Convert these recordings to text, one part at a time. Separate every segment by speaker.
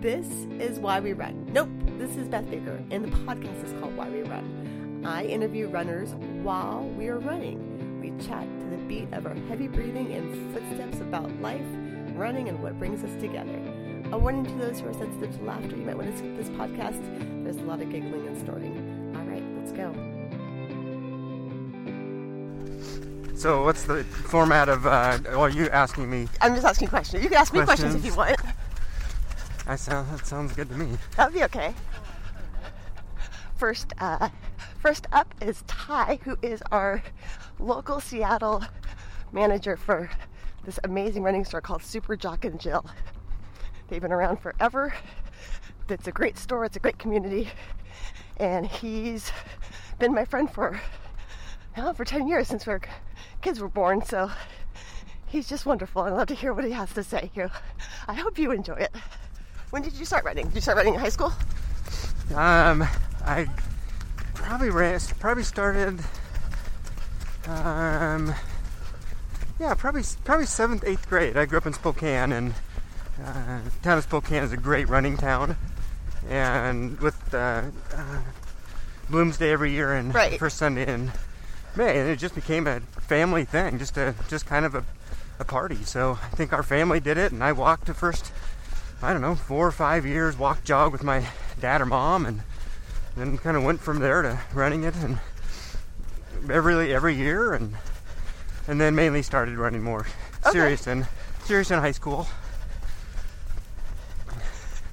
Speaker 1: This is Why We Run. Nope, this is Beth Baker, and the podcast is called Why We Run. I interview runners while we are running. We chat to the beat of our heavy breathing and footsteps about life, running, and what brings us together. A warning to those who are sensitive to laughter, you might want to skip this podcast. There's a lot of giggling and snorting. All right, let's go.
Speaker 2: So what's the format of? Uh, well, you asking me.
Speaker 1: I'm just asking questions. You can ask me questions, if you want.
Speaker 2: I sound that sounds good to me.
Speaker 1: That'd be okay. First, uh, first up is Ty, who is our local Seattle manager for this amazing running store called Super Jock and Jill. They've been around forever. It's a great store. It's a great community, and he's been my friend for now for ten years since we were kids were born. So he's just wonderful. I love to hear what he has to say. Here, I hope you enjoy it. When did you start running? Did you start running in high school?
Speaker 2: Um, I probably ran, probably started. Um, yeah, probably probably seventh, eighth grade. I grew up in Spokane, and uh, the town of Spokane is a great running town. And with uh, uh, Bloom's Day every year and
Speaker 1: Right.
Speaker 2: first Sunday in May, and it just became a family thing, just a just kind of a, a party. So I think our family did it, and I walked the first I don't know four or five years, walk jog with my dad or mom, and then kind of went from there to running it and every every year and and then mainly started running more
Speaker 1: Okay.
Speaker 2: serious in serious in high school.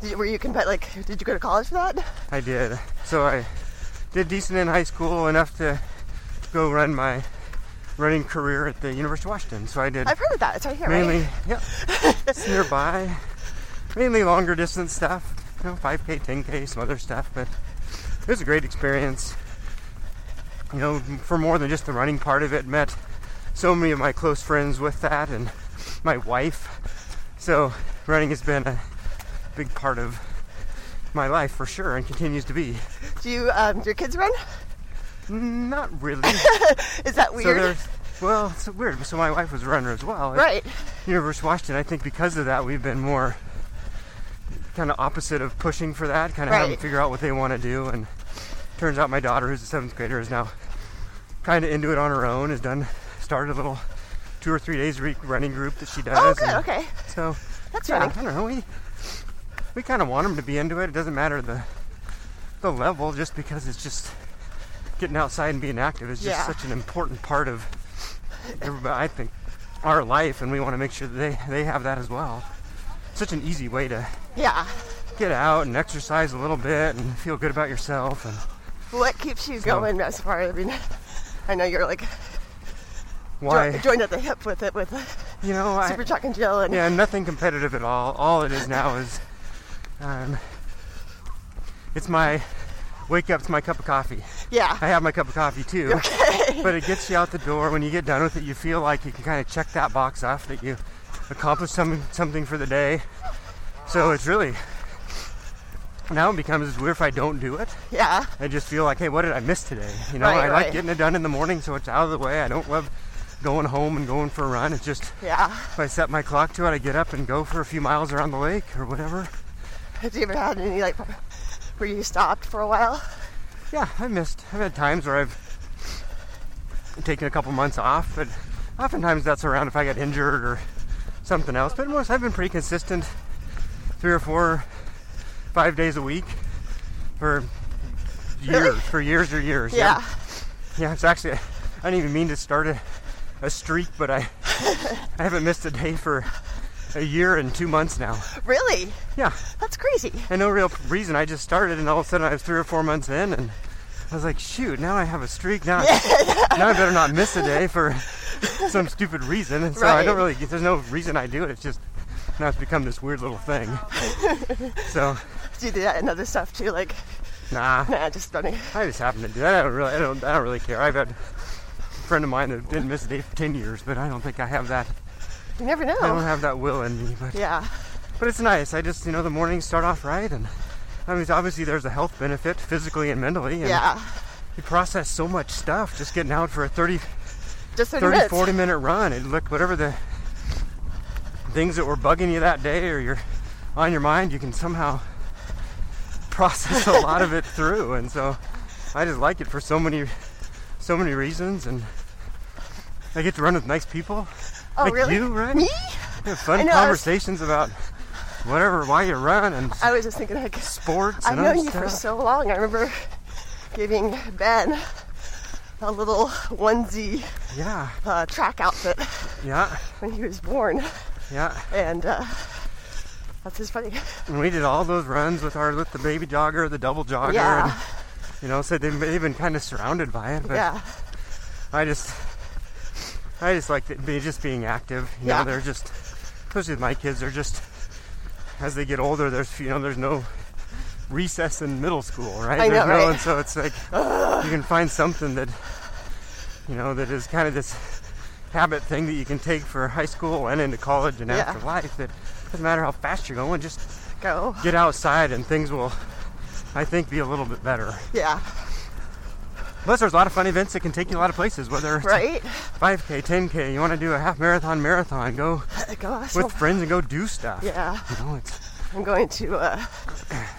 Speaker 1: Did you, were you compet like did you go to college for that?
Speaker 2: I did. So I did decent in high school enough to go run my running career at the University of Washington. So I did
Speaker 1: I've heard of that. It's right here,
Speaker 2: mainly
Speaker 1: right?
Speaker 2: yeah, it's nearby. Mainly longer distance stuff, you know, 5k, 10k, some other stuff, but it was a great experience. You know, for more than just the running part of it, met so many of my close friends with that and my wife. So running has been a big part of my life for sure and continues to be.
Speaker 1: Do you um, do your kids run?
Speaker 2: Not really.
Speaker 1: Is that
Speaker 2: So
Speaker 1: weird?
Speaker 2: there's well, it's weird. So my wife was a runner as well. and
Speaker 1: right.
Speaker 2: University of Washington, I think because of that, we've been more kind of opposite of pushing for that, kind of having
Speaker 1: Right.
Speaker 2: to figure out what they want to do. And turns out my daughter, who's a seventh grader, is now kind of into it on her own, has done, started a little two or three days a week running group that she does.
Speaker 1: Oh, good.
Speaker 2: and
Speaker 1: Okay.
Speaker 2: So,
Speaker 1: That's
Speaker 2: yeah,
Speaker 1: running.
Speaker 2: I don't know. We, we kind of want them to be into it. It doesn't matter the, the level, just because it's just getting outside and being active is just
Speaker 1: Yeah.
Speaker 2: such an important part of everybody, I think, our life, and we want to make sure that they, they have that as well. Such an easy way to
Speaker 1: Yeah.
Speaker 2: get out and exercise a little bit and feel good about yourself. And
Speaker 1: What keeps you going as far? I mean, I know you're like jo-
Speaker 2: why,
Speaker 1: joined at the hip with it with
Speaker 2: you know, I,
Speaker 1: Super Chuck and Jill and
Speaker 2: yeah, nothing competitive at all. All it is now is, um, it's my wake up, it's my cup of coffee. I
Speaker 1: yeah.
Speaker 2: have my cup of coffee too. But it gets you out the door. When you get done with it, you feel like you can kind of check that box off that you accomplished some, something for the day. So it's really now it becomes as weird if I don't do it.
Speaker 1: Yeah.
Speaker 2: I just feel like, hey, what did I miss today? You know,
Speaker 1: Right,
Speaker 2: I
Speaker 1: right.
Speaker 2: like getting it done in the morning, so it's out of the way. I don't love going home and going for a run. It's just
Speaker 1: Yeah.
Speaker 2: if I set my clock to it, I get up and go for a few miles around the lake or whatever.
Speaker 1: Have you ever had any like where you stopped for a while?
Speaker 2: Yeah, I missed. I've had times where I've taken a couple months off, but oftentimes that's around if I got injured or something else. But most I've been pretty consistent, three or four, five days a week for years,
Speaker 1: Really?
Speaker 2: for years or years.
Speaker 1: Yeah.
Speaker 2: Yeah, it's actually, I didn't even mean to start a, a streak, but I, I haven't missed a day for a year and two months now.
Speaker 1: Really?
Speaker 2: Yeah,
Speaker 1: That's crazy.
Speaker 2: and no real reason. I just started, and all of a sudden I was three or four months in, and I was like, shoot, now I have a streak. Now, now I better not miss a day for some stupid reason. And so I don't
Speaker 1: Right.
Speaker 2: really, there's no reason I do it. It's just now it's become this weird little thing. so,
Speaker 1: Do you do that and other stuff too? Like
Speaker 2: nah,
Speaker 1: nah, just running.
Speaker 2: I just happen to do that. I don't really, I don't, I don't really care. I've had a friend of mine that didn't miss a day for 10 years, but I don't think I have that.
Speaker 1: You never know.
Speaker 2: I don't have that will in me. But
Speaker 1: Yeah.
Speaker 2: But it's nice. I just, you know, the mornings start off right, and I mean, obviously there's a health benefit physically and mentally. And
Speaker 1: Yeah.
Speaker 2: You process so much stuff just getting out for a 30,
Speaker 1: Just 30,
Speaker 2: 30
Speaker 1: minutes.
Speaker 2: 40 minute run. And look, whatever the things that were bugging you that day or your on your mind, you can somehow process a lot of it through. And so I just like it for so many, so many reasons. And I get to run with nice people.
Speaker 1: Oh,
Speaker 2: like
Speaker 1: really?
Speaker 2: you, right?
Speaker 1: Me?
Speaker 2: We have
Speaker 1: I
Speaker 2: fun
Speaker 1: know, I was-
Speaker 2: conversations about whatever, why you run, and
Speaker 1: I was just thinking, like,
Speaker 2: sports
Speaker 1: I've
Speaker 2: and other
Speaker 1: known you for
Speaker 2: stuff.
Speaker 1: so long. I remember giving Ben a little onesie
Speaker 2: yeah,
Speaker 1: uh, track outfit
Speaker 2: yeah,
Speaker 1: when he was born,
Speaker 2: yeah.
Speaker 1: and uh, that's just funny.
Speaker 2: And we did all those runs with our with the baby jogger, the double jogger,
Speaker 1: Yeah.
Speaker 2: and you know, so they've, they've been kind of surrounded by it. But
Speaker 1: Yeah,
Speaker 2: I just, I just like it be, just being active. You
Speaker 1: Yeah.
Speaker 2: know, they're just, especially with my kids, they're just as they get older. There's you know, there's no recess in middle school, right?
Speaker 1: I know,
Speaker 2: there's no,
Speaker 1: right?
Speaker 2: and so it's like you can find something that you know that is kind of this habit thing that you can take for high school and into college and
Speaker 1: Yeah.
Speaker 2: after life. That doesn't matter how fast you're going, just
Speaker 1: go.
Speaker 2: get outside and things will, I think, be a little bit better.
Speaker 1: Yeah,
Speaker 2: Plus, there's a lot of fun events that can take you a lot of places, whether it's
Speaker 1: right?
Speaker 2: 5K, 10K, you want to do a half marathon, marathon, go
Speaker 1: Gosh.
Speaker 2: with friends and go do stuff.
Speaker 1: yeah,
Speaker 2: You know, it's,
Speaker 1: I'm going to uh,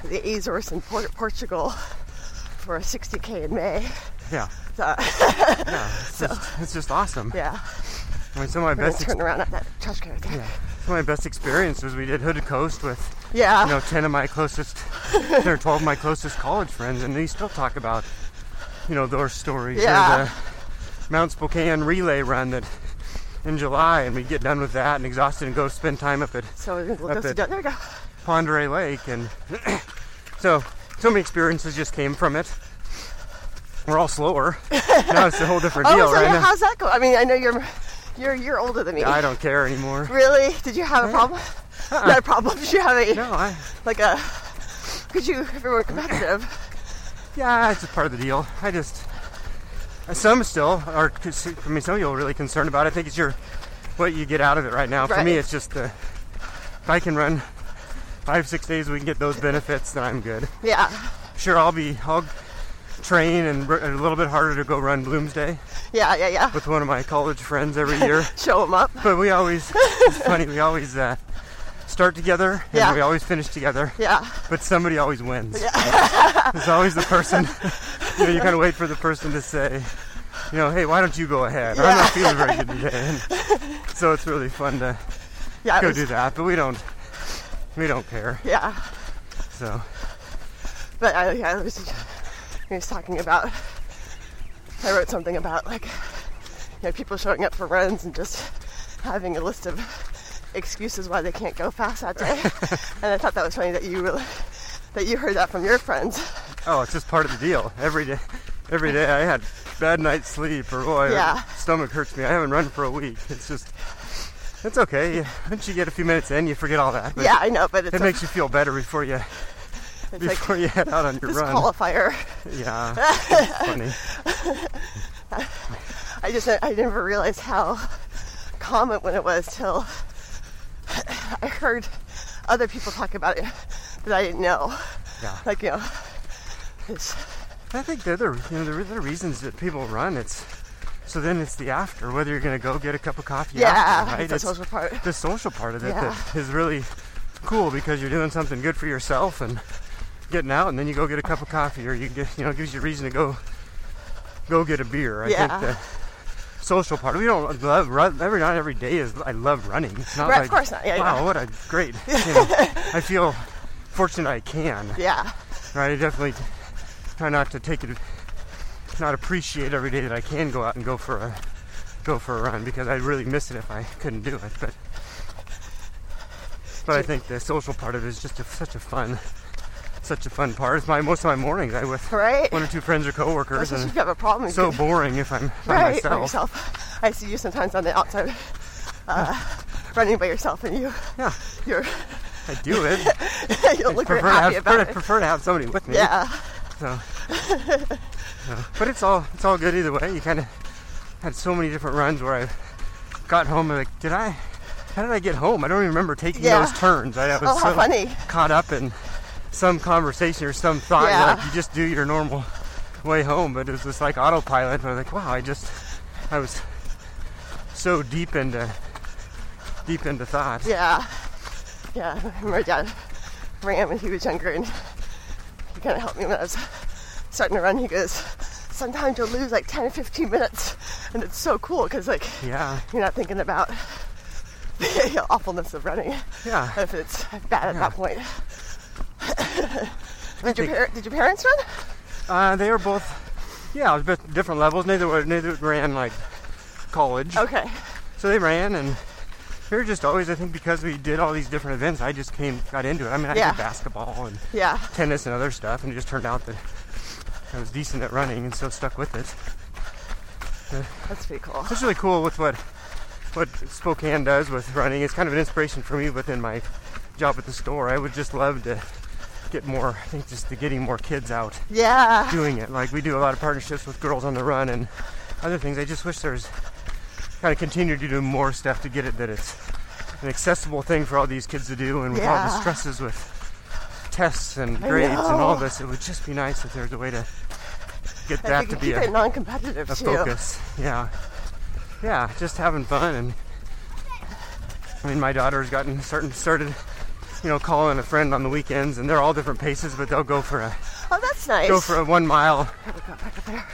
Speaker 1: the Azores in Port- Portugal for a 60k in May.
Speaker 2: yeah,
Speaker 1: So,
Speaker 2: it's, just, it's just awesome.
Speaker 1: yeah,
Speaker 2: I mean, some of my
Speaker 1: we're gonna
Speaker 2: best, ex-
Speaker 1: turn around at that trash can right there.
Speaker 2: yeah, some of my best experiences we did Hooded Coast with,
Speaker 1: Yeah,
Speaker 2: you know, 10 of my closest, 10 or 12 of my closest college friends, and they still talk about, you know, those stories. or
Speaker 1: Yeah.
Speaker 2: the Mount Spokane relay run that in July, and we get done with that and exhausted and go spend time up at
Speaker 1: so we're gonna
Speaker 2: Up
Speaker 1: go sit
Speaker 2: it.
Speaker 1: down. There we go.
Speaker 2: Pondere Lake, and so so many experiences just came from it. We're all slower. now it's a whole different
Speaker 1: Oh,
Speaker 2: deal,
Speaker 1: so
Speaker 2: right?
Speaker 1: yeah,
Speaker 2: now.
Speaker 1: how's that go? I mean, I know you're you're a year older than me.
Speaker 2: I don't care anymore.
Speaker 1: Really? Did you have a problem? Not a problem. Did you have a
Speaker 2: No, I
Speaker 1: like a? Could you if you were competitive?
Speaker 2: yeah, it's just part of the deal. I just some still are. I mean, some of you are really concerned about. It. I think it's your what you get out of it right now. For me,
Speaker 1: Right.
Speaker 2: it's just the if I can run five six days, we can get those benefits, then I'm good.
Speaker 1: Yeah.
Speaker 2: Sure, I'll be I'll train and r- a little bit harder to go run Bloomsday
Speaker 1: Yeah. Yeah. Yeah.
Speaker 2: with one of my college friends every year.
Speaker 1: Show them up.
Speaker 2: But we always, it's funny, we always uh, start together and
Speaker 1: Yeah.
Speaker 2: we always finish together,
Speaker 1: Yeah.
Speaker 2: but somebody always wins. There's always the person, you know, you kind of wait for the person to say, you know, hey, why don't you go ahead? I'm not feeling very good today. And so it's really fun to
Speaker 1: Yeah. it
Speaker 2: go
Speaker 1: was-
Speaker 2: do that, but we don't, we don't care.
Speaker 1: Yeah.
Speaker 2: So,
Speaker 1: But I, yeah, I was just, I was talking about. I wrote something about like, you know, people showing up for runs and just having a list of excuses why they can't go fast that day. and I thought that was funny that you really, that you heard that from your friends.
Speaker 2: oh, it's just part of the deal. Every day, every day I had bad night's sleep or, boy,
Speaker 1: Yeah.
Speaker 2: stomach hurts me. I haven't run for a week. It's just, it's okay. You- Once you get a few minutes in, you forget all that. but
Speaker 1: yeah, I know, but it's
Speaker 2: It
Speaker 1: a-
Speaker 2: makes you feel better before you
Speaker 1: it's like
Speaker 2: before you head out on your
Speaker 1: this
Speaker 2: run.
Speaker 1: qualifier.
Speaker 2: Yeah, it's funny.
Speaker 1: I just I never realized how common when it was till I heard other people talk about it that I didn't know.
Speaker 2: Yeah,
Speaker 1: Like you know, it's,
Speaker 2: I think the other you know the, re- the reasons that people run it's so then it's the after whether you're gonna go get a cup of coffee
Speaker 1: yeah,
Speaker 2: after right
Speaker 1: it's a social part.
Speaker 2: the social part of it
Speaker 1: Yeah.
Speaker 2: that is really cool because you're doing something good for yourself and getting out and then you go get a cup of coffee or you get you know it gives you a reason to go go get a beer. I
Speaker 1: Yeah.
Speaker 2: think the social part we don't love run every not every day is I love running. It's not
Speaker 1: Right, of
Speaker 2: like,
Speaker 1: course not. Yeah,
Speaker 2: wow,
Speaker 1: yeah.
Speaker 2: what a great you know, I feel fortunate I can.
Speaker 1: Yeah,
Speaker 2: Right, I definitely try not to take it, not appreciate every day that I can go out and go for a go for a run because I'd really miss it if I couldn't do it. But but I think the social part of it is just a, such a fun, such a fun part. It's my most of my mornings I with
Speaker 1: right.
Speaker 2: one or two friends or coworkers,
Speaker 1: Especially
Speaker 2: and
Speaker 1: if you have a problem, you
Speaker 2: so
Speaker 1: can-
Speaker 2: boring if I'm by
Speaker 1: right by
Speaker 2: myself.
Speaker 1: yourself. I see you sometimes on the outside uh, running by yourself, and you
Speaker 2: Yeah,
Speaker 1: you're
Speaker 2: I do it.
Speaker 1: you look very
Speaker 2: prefer, to
Speaker 1: happy
Speaker 2: have, prefer,
Speaker 1: about it.
Speaker 2: prefer to have somebody with me.
Speaker 1: Yeah,
Speaker 2: So, so, but it's all it's all good either way. You kind of had so many different runs where I got home and like, did I? How did I get home? I don't even remember taking
Speaker 1: Yeah.
Speaker 2: those turns. I, I was
Speaker 1: Oh, how
Speaker 2: so
Speaker 1: funny.
Speaker 2: caught up in some conversation or some thought.
Speaker 1: Yeah.
Speaker 2: Like you just do your normal way home, but it was just like autopilot. I was like, wow, I just I was so deep into deep into thought.
Speaker 1: yeah. Yeah, I remember my dad ran when he was younger, and he kind of helped me when I was starting to run. He goes, sometimes you'll lose like 10 or 15 minutes, and it's so cool because like
Speaker 2: Yeah.
Speaker 1: you're not thinking about the awfulness of running
Speaker 2: Yeah.
Speaker 1: if it's bad at
Speaker 2: Yeah.
Speaker 1: that point.
Speaker 2: I
Speaker 1: Did your,
Speaker 2: think-
Speaker 1: par- did your parents run?
Speaker 2: Uh, they were both, yeah, it was bit different levels. Neither were, neither ran like college,
Speaker 1: Okay.
Speaker 2: so they ran, and we were just always. I think because we did all these different events, I just came got into it. I mean, I
Speaker 1: Yeah.
Speaker 2: did basketball and
Speaker 1: Yeah.
Speaker 2: tennis and other stuff, and it just turned out that I was decent at running, and so stuck with it.
Speaker 1: That's pretty cool.
Speaker 2: It's really cool with what what Spokane does with running. It's kind of an inspiration for me within my job at the store. I would just love to get more. I think just the getting more kids out
Speaker 1: Yeah.
Speaker 2: doing it. Like we do a lot of partnerships with Girls on the Run and other things. I just wish there's kind of continue to do more stuff to get it that it's an accessible thing for all these kids to do. And with all the
Speaker 1: Yeah.
Speaker 2: stresses with tests and
Speaker 1: I
Speaker 2: grades and all
Speaker 1: know.
Speaker 2: this, it would just be nice if there's a way to get
Speaker 1: I
Speaker 2: that
Speaker 1: think
Speaker 2: to
Speaker 1: you
Speaker 2: be
Speaker 1: keep
Speaker 2: a,
Speaker 1: it non-competitive
Speaker 2: a
Speaker 1: too.
Speaker 2: focus. Yeah, yeah, just having fun. And I mean, my daughter's gotten certain started. You know, calling a friend on the weekends, and they're all different paces, but they'll go for a
Speaker 1: Oh, that's nice.
Speaker 2: go for a one mile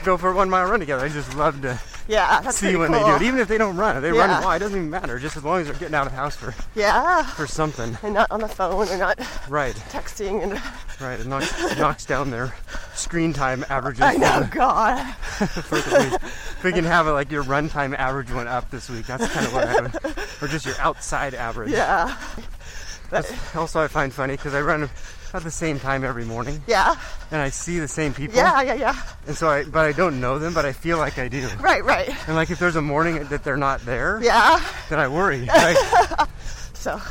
Speaker 2: go for a one mile run together. I just love to
Speaker 1: yeah, that's
Speaker 2: see
Speaker 1: pretty
Speaker 2: when
Speaker 1: cool.
Speaker 2: they do it. Even if they don't run, if they
Speaker 1: Yeah.
Speaker 2: run why it doesn't even matter, just as long as they're getting out of the house for,
Speaker 1: Yeah,
Speaker 2: for something.
Speaker 1: and not on the phone or not
Speaker 2: Right,
Speaker 1: texting and
Speaker 2: right. It knocks, it knocks down their screen time averages.
Speaker 1: I know, God,
Speaker 2: for the week. If we can have it like your run time average went up this week, that's kind of what I would, or just your outside average.
Speaker 1: yeah,
Speaker 2: That's also I find funny because I run at the same time every morning
Speaker 1: yeah,
Speaker 2: and I see the same people.
Speaker 1: yeah, yeah, yeah.
Speaker 2: And so I, but I don't know them, but I feel like I do.
Speaker 1: Right, right,
Speaker 2: And like if there's a morning that they're not there,
Speaker 1: yeah.
Speaker 2: then I worry. Like,
Speaker 1: So,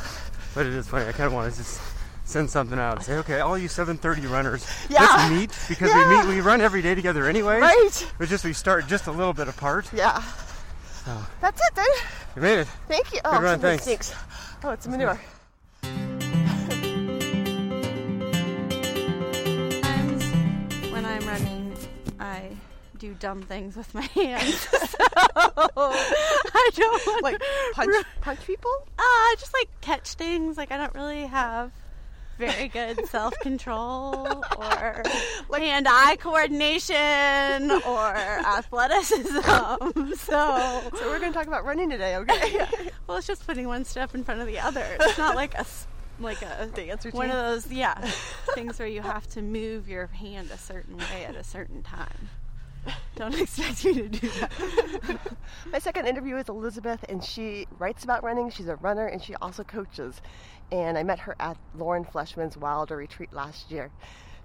Speaker 2: But it is funny. I kind of want to just send something out and say, okay, all you 7:30 runners,
Speaker 1: Yeah.
Speaker 2: let's meet because we
Speaker 1: Yeah.
Speaker 2: meet. We run every day together anyway.
Speaker 1: Right.
Speaker 2: But just we start just a little bit apart.
Speaker 1: yeah,
Speaker 2: Oh.
Speaker 1: that's it then.
Speaker 2: You made it.
Speaker 1: Thank you. Oh,
Speaker 2: Good run,
Speaker 1: something
Speaker 2: thanks.
Speaker 1: stinks. Oh, it's manure.
Speaker 3: Sometimes when I'm running, I do dumb things with my hands. so I don't want Ah,
Speaker 1: Like punch, punch people.
Speaker 3: I just like catch things. Like I don't really have very good self control or hand eye coordination or athleticism. So
Speaker 1: So we're gonna talk about running today, okay?
Speaker 3: well, it's just putting one step in front of the other. It's not like a s- like a
Speaker 1: Dance routine.
Speaker 3: One of those, yeah, things where you have to move your hand a certain way at a certain time. Don't expect you to do that.
Speaker 1: My second interview is Elizabeth, and she writes about running. She's a runner and she also coaches. And I met her at Lauren Fleshman's Wilder retreat last year.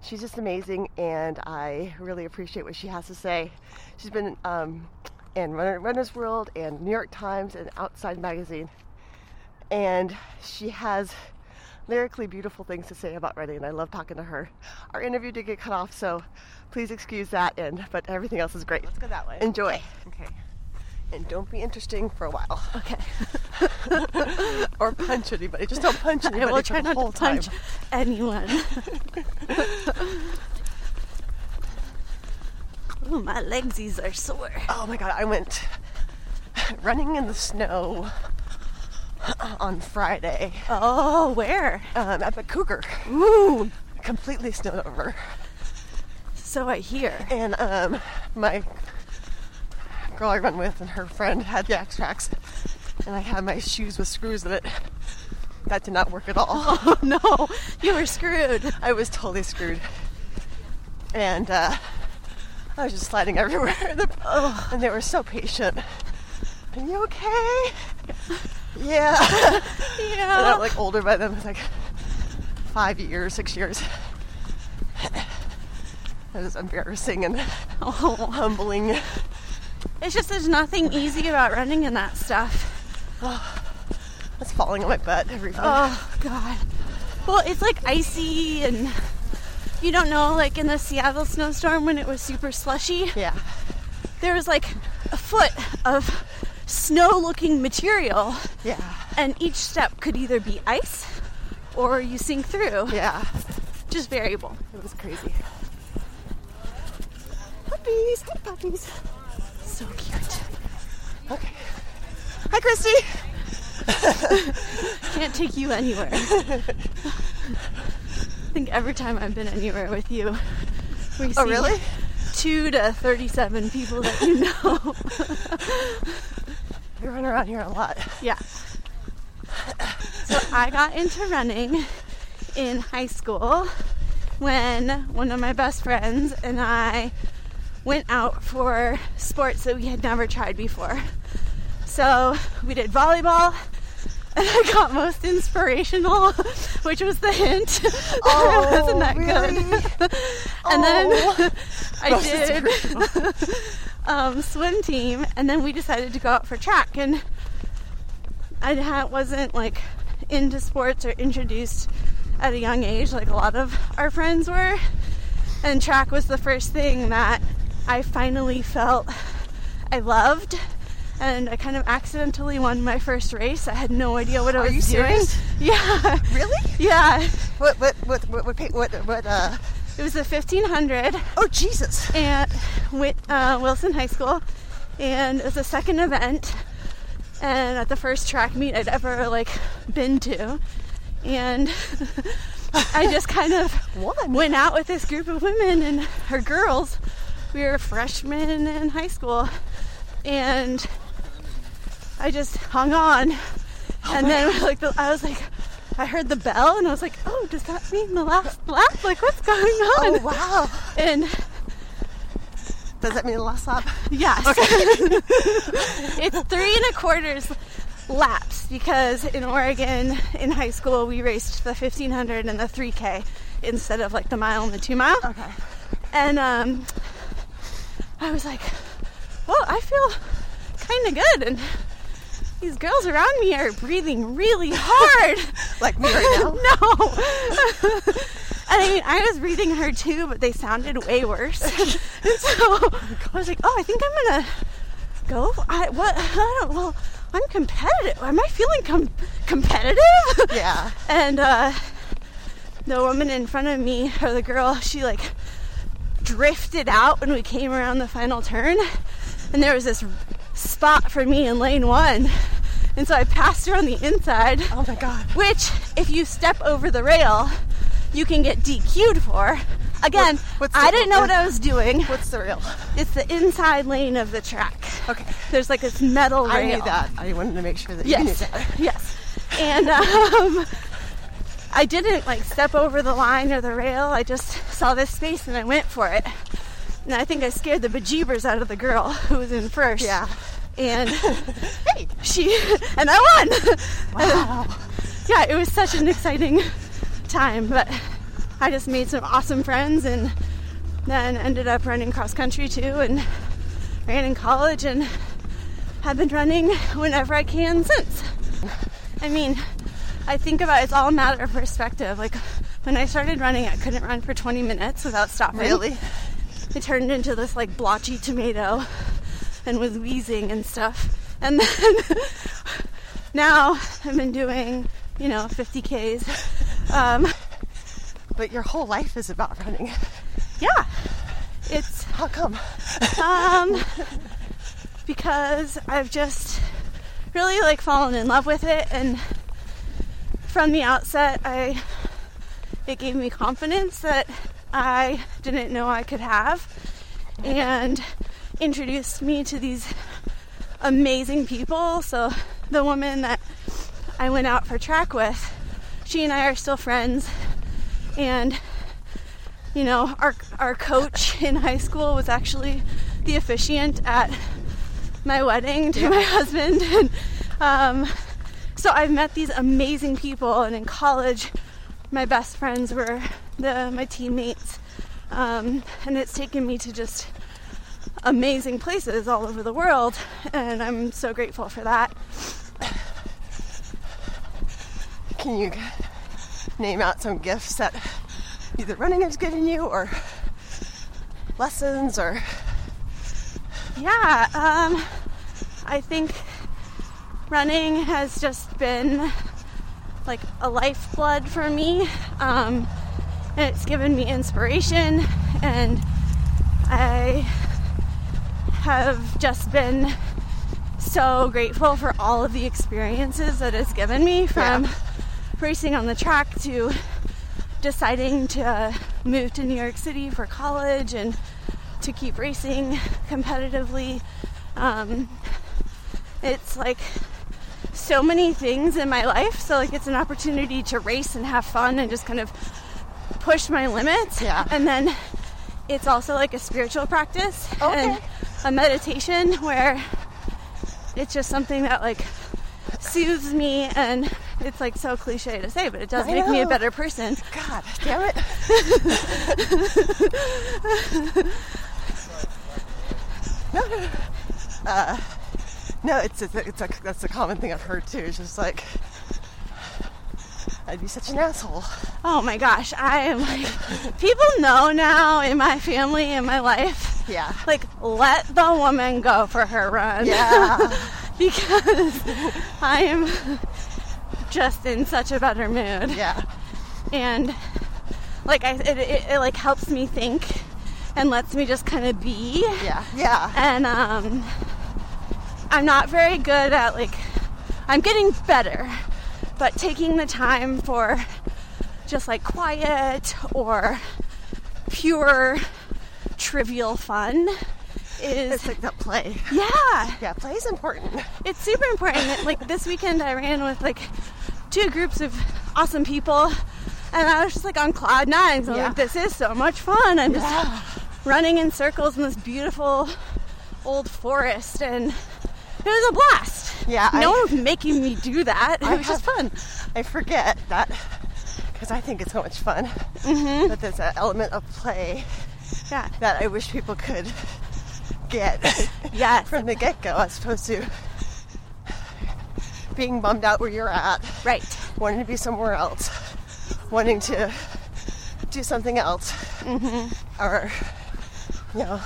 Speaker 1: She's just amazing, and I really appreciate what she has to say. She's been um, in Runner, Runner's World and New York Times and Outside Magazine. And she has lyrically beautiful things to say about running, and I love talking to her. Our interview did get cut off, so please excuse that, and but everything else is great. Let's go that way. Enjoy.
Speaker 3: Okay.
Speaker 1: And don't be interesting for a while. Okay. or punch anybody. Just don't punch anybody.
Speaker 3: I will
Speaker 1: for
Speaker 3: try
Speaker 1: the
Speaker 3: not
Speaker 1: whole
Speaker 3: to punch
Speaker 1: Time.
Speaker 3: anyone. Ooh, my legsies are sore.
Speaker 1: Oh my god, I went running in the snow on Friday
Speaker 3: Oh, where?
Speaker 1: um, at the Cougar.
Speaker 3: Ooh,
Speaker 1: Completely snowed over.
Speaker 3: so I hear.
Speaker 1: And um, my girl I run with and her friend had yak tracks. And I had my shoes with screws in it. That did not work at all.
Speaker 3: Oh no, you were screwed.
Speaker 1: I was totally screwed. And uh, I was just sliding everywhere. The- And they were so patient. Are you okay? Yeah. And
Speaker 3: Yeah.
Speaker 1: I'm like older by them. It's like five years, six years. It was embarrassing and
Speaker 3: Oh.
Speaker 1: humbling.
Speaker 3: It's just there's nothing easy about running and that stuff.
Speaker 1: It's falling on my butt every time.
Speaker 3: Oh god. Well, it's like icy and you don't know like in the Seattle snowstorm when it was super slushy,
Speaker 1: Yeah.
Speaker 3: there was like a foot of snow looking material
Speaker 1: Yeah.
Speaker 3: and each step could either be ice or you sink through.
Speaker 1: Yeah.
Speaker 3: Just variable.
Speaker 1: It was crazy.
Speaker 3: Puppies, hi puppies. So cute.
Speaker 1: Okay. Hi, Christy.
Speaker 3: Can't take you anywhere. I think every time I've been anywhere with you, we
Speaker 1: Oh,
Speaker 3: see
Speaker 1: really?
Speaker 3: two to 37 people that you know.
Speaker 1: We run around here a lot.
Speaker 3: yeah. So I got into running in high school when one of my best friends and I went out for sports that we had never tried before. So we did volleyball. And I got most inspirational, which was the hint that I wasn't that good. And
Speaker 1: Oh.
Speaker 3: then I did um, swim team, and then we decided to go out for track. And I ha- wasn't like into sports or introduced at a young age, like a lot of our friends were. And track was the first thing that I finally felt I loved. And I kind of accidentally won my first race. I had no idea what I
Speaker 1: Are
Speaker 3: was
Speaker 1: you serious?
Speaker 3: doing. Yeah,
Speaker 1: Really?
Speaker 3: yeah.
Speaker 1: What? What? What? What? What? What? what uh,
Speaker 3: It was the 1500.
Speaker 1: oh Jesus!
Speaker 3: at Wit- uh, Wilson High School, and it was the second event, and at the first track meet I'd ever like been to, and I just kind of
Speaker 1: One.
Speaker 3: went out with this group of women and or girls. We were freshmen in high school, and I just hung on.
Speaker 1: Oh
Speaker 3: and then like the, I was like, I heard the bell, and I was like, oh, does that mean the last lap? Like, what's going
Speaker 1: Oh
Speaker 3: on?
Speaker 1: wow!
Speaker 3: And
Speaker 1: Does that mean the last lap?
Speaker 3: Yes. it's three and a quarters laps because in Oregon in high school we raced the 1500 and the 3k instead of like the mile and the 2 mile.
Speaker 1: Okay.
Speaker 3: And um I was like, "Whoa, I feel kind of good and these girls around me are breathing really hard."
Speaker 1: Like me right now.
Speaker 3: no. and I mean, I was breathing her too, but they sounded way worse. and so I was like, oh, I think I'm gonna go. I what? I don't. Well, I'm competitive. Am I feeling com- competitive?
Speaker 1: Yeah.
Speaker 3: and uh, the woman in front of me, or the girl, she like drifted out when we came around the final turn, and there was this spot for me in lane one. And so I passed her on the inside
Speaker 1: Oh my God.
Speaker 3: which if you step over the rail you can get dq'd for again
Speaker 1: What- what's
Speaker 3: i
Speaker 1: the-
Speaker 3: didn't know what i was doing
Speaker 1: What's the real?
Speaker 3: it's the inside lane of the track
Speaker 1: Okay.
Speaker 3: there's like this metal rail
Speaker 1: I knew that. I wanted to make sure that you knew
Speaker 3: yes
Speaker 1: that.
Speaker 3: yes and um, i didn't like step over the line or the rail i just saw this space and i went for it and i think i scared the bejeebers out of the girl who was in first
Speaker 1: Yeah.
Speaker 3: and she and i won
Speaker 1: Wow.
Speaker 3: yeah, it was such an exciting time, but I just made some awesome friends and then ended up running cross country too and ran in college and have been running whenever I can since. I mean, I think about it's all a matter of perspective. Like when I started running, I couldn't run for 20 minutes without stopping.
Speaker 1: Really?
Speaker 3: It turned into this like blotchy tomato and was wheezing and stuff. And then now I've been doing, you know, 50Ks. Um,
Speaker 1: But your whole life is about running.
Speaker 3: yeah, it's
Speaker 1: How come?
Speaker 3: um, because I've just really like fallen in love with it. And from the outset, I it gave me confidence that I didn't know I could have and introduced me to these amazing people. So the woman that I went out for track with, she and I are still friends and you know, our our coach in high school was actually the officiant at my wedding to my husband, and um, so I've met these amazing people. And in college, my best friends were the my teammates, um, and it's taken me to just amazing places all over the world, and I'm so grateful for that.
Speaker 1: Can you name out some gifts that either running has given you or lessons or
Speaker 3: Yeah, um, I think running has just been like a lifeblood for me. Um, and it's given me inspiration, and I have just been so grateful for all of the experiences that it's given me from
Speaker 1: Yeah.
Speaker 3: racing on the track to deciding to uh, move to New York City for college and to keep racing competitively. Um, it's like so many things in my life. So, like, it's an opportunity to race and have fun and just kind of push my limits.
Speaker 1: Yeah.
Speaker 3: And then it's also like a spiritual practice and
Speaker 1: Okay.
Speaker 3: a meditation where it's just something that like soothes me and it's like so cliche to say but it does
Speaker 1: I
Speaker 3: make me a
Speaker 1: know.
Speaker 3: better person
Speaker 1: God damn it. no, no, no. Uh, no, it's, it's, it's a, that's a common thing I've heard too. It's just like, I'd be such an asshole.
Speaker 3: oh my gosh i am like people know now in my family in my life
Speaker 1: Yeah.
Speaker 3: like let the woman go for her run
Speaker 1: Yeah.
Speaker 3: because i am just in such a better mood
Speaker 1: yeah.
Speaker 3: and like i it, it, it like helps me think and lets me just kind of be
Speaker 1: Yeah. Yeah.
Speaker 3: and um, I'm not very good at like I'm getting better, but taking the time for just like quiet or pure trivial fun
Speaker 1: It's
Speaker 3: is
Speaker 1: like that play.
Speaker 3: yeah
Speaker 1: Yeah, play is important.
Speaker 3: it's super important. that, Like this weekend, I ran with like two groups of awesome people, and I was just like on cloud nine. So I'm
Speaker 1: Yeah.
Speaker 3: like, this is so much fun. I'm just
Speaker 1: Yeah.
Speaker 3: running in circles in this beautiful old forest, and it was a blast.
Speaker 1: Yeah, I-
Speaker 3: no one was making me do that. It
Speaker 1: I
Speaker 3: was just
Speaker 1: have-
Speaker 3: fun.
Speaker 1: I forget that because I think it's so much fun. But there's an element of play
Speaker 3: Yeah.
Speaker 1: that I wish people could get
Speaker 3: Yes.
Speaker 1: from the get go as opposed to being bummed out where you're at,
Speaker 3: Right.
Speaker 1: wanting to be somewhere else, wanting to do something else,
Speaker 3: Mm-hmm.
Speaker 1: or you know,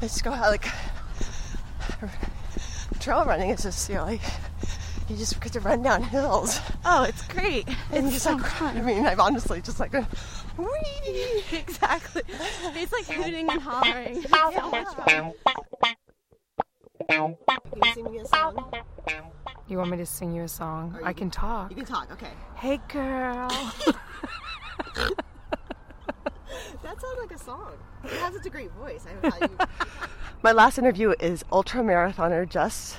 Speaker 1: let's go out like trail running is just you know like you just get to run down hills.
Speaker 3: Oh, it's great.
Speaker 1: And
Speaker 3: It's
Speaker 1: just
Speaker 3: so
Speaker 1: like,
Speaker 3: fun.
Speaker 1: I mean, I've honestly just like, wee.
Speaker 3: exactly. It's like hooting and hollering.
Speaker 4: You want me to sing you a song? I can talk.
Speaker 1: You can talk, okay.
Speaker 4: Hey, girl.
Speaker 1: That sounds like a song. It has such a great voice. I don't know how you... My last interview is ultra marathoner Jess.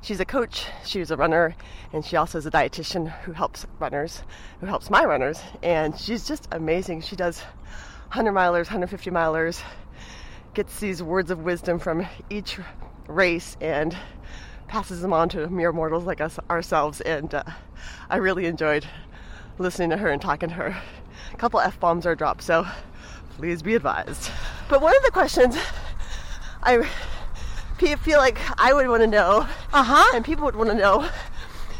Speaker 1: She's a coach, she's a runner, and she also is a dietitian who helps runners, who helps my runners. And she's just amazing. She does 100 milers, 150 milers, gets these words of wisdom from each race and passes them on to mere mortals like us ourselves. And uh, I really enjoyed listening to her and talking to her. A couple F bombs are dropped, so please be advised. But one of the questions I pe- feel like I would want to know,
Speaker 3: Uh huh.
Speaker 4: Uh-huh.
Speaker 1: and people would want to know,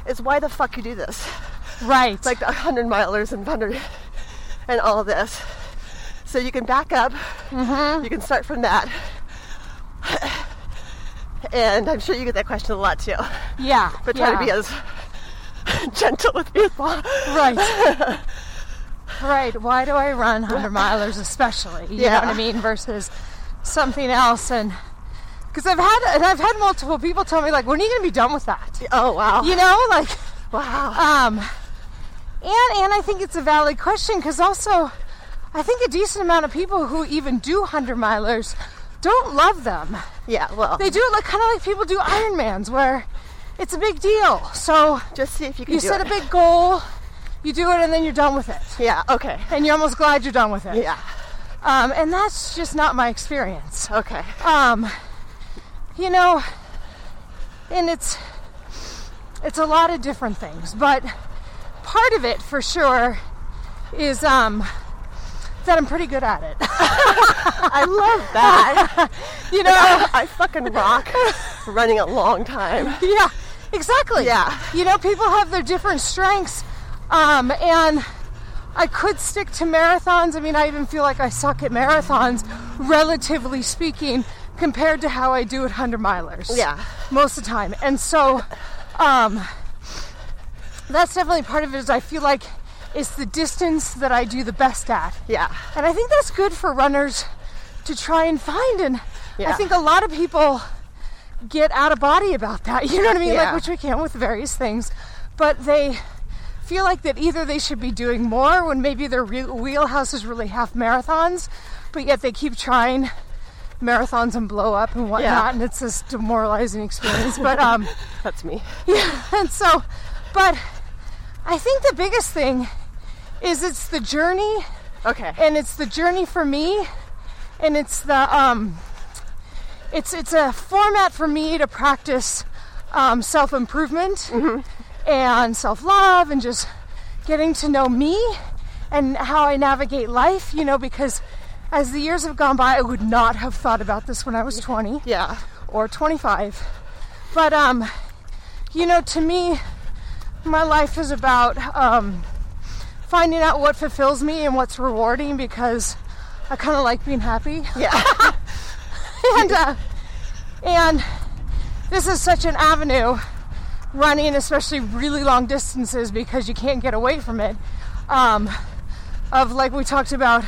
Speaker 1: is why the fuck you do this?
Speaker 4: Right.
Speaker 1: Like the 100 milers and 100 and all this. So you can back up,
Speaker 4: Mm-hmm.
Speaker 1: you can start from that. And I'm sure you get that question a lot too.
Speaker 4: yeah.
Speaker 1: But try to be as gentle with me as possible.
Speaker 4: Right. right. Why do I run 100 milers, especially? You know
Speaker 1: Yeah.
Speaker 4: what I mean? Versus something else. And because I've had, and I've had multiple people tell me, like, when are you going to be done with that?
Speaker 1: Oh, wow.
Speaker 4: You know, like,
Speaker 1: Wow.
Speaker 4: um, and, and I think it's a valid question because also I think a decent amount of people who even do 100 milers don't love them.
Speaker 1: Yeah, well,
Speaker 4: They do it like kind of like people do Ironmans, where it's a big deal. So
Speaker 1: just see if you can
Speaker 4: you
Speaker 1: do
Speaker 4: set
Speaker 1: it.
Speaker 4: a big goal, you do it, and then you're done with it,
Speaker 1: Yeah, okay.
Speaker 4: and you're almost glad you're done with it.
Speaker 1: Yeah,
Speaker 4: Um, and that's just not my experience.
Speaker 1: okay.
Speaker 4: Um, you know, and it's it's a lot of different things, but part of it for sure is um, that I'm pretty good at it.
Speaker 1: I love that.
Speaker 4: you know,
Speaker 1: I fucking rock running a long time.
Speaker 4: yeah, exactly.
Speaker 1: Yeah.
Speaker 4: You know, people have their different strengths. Um, and I could stick to marathons. I mean, I even feel like I suck at marathons, relatively speaking, compared to how I do at 100 milers.
Speaker 1: Yeah.
Speaker 4: Most of the time. And so um, that's definitely part of it is I feel like it's the distance that I do the best at.
Speaker 1: Yeah.
Speaker 4: And I think that's good for runners to try and find. And I
Speaker 1: Yeah.
Speaker 4: think a lot of people get out of body about that. You know what I mean?
Speaker 1: Yeah.
Speaker 4: Like which we can with various things, but they feel like that either they should be doing more when maybe their re- wheelhouse is really half marathons, but yet they keep trying marathons and blow up and whatnot,
Speaker 1: Yeah.
Speaker 4: and it's this demoralizing experience. But um.
Speaker 1: That's me.
Speaker 4: and so but i think the biggest thing is it's the journey
Speaker 1: Okay.
Speaker 4: and it's the journey for me and it's the um it's it's a format for me to practice um, self-improvement and self-love and just getting to know me and how i navigate life you know because as the years have gone by i would not have thought about this when i was 20
Speaker 1: Yeah.
Speaker 4: or 25. But um, you know, to me, my life is about um, finding out what fulfills me and what's rewarding because I kind of like being happy.
Speaker 1: Yeah.
Speaker 4: and uh, and this is such an avenue running especially really long distances because you can't get away from it um, of like we talked about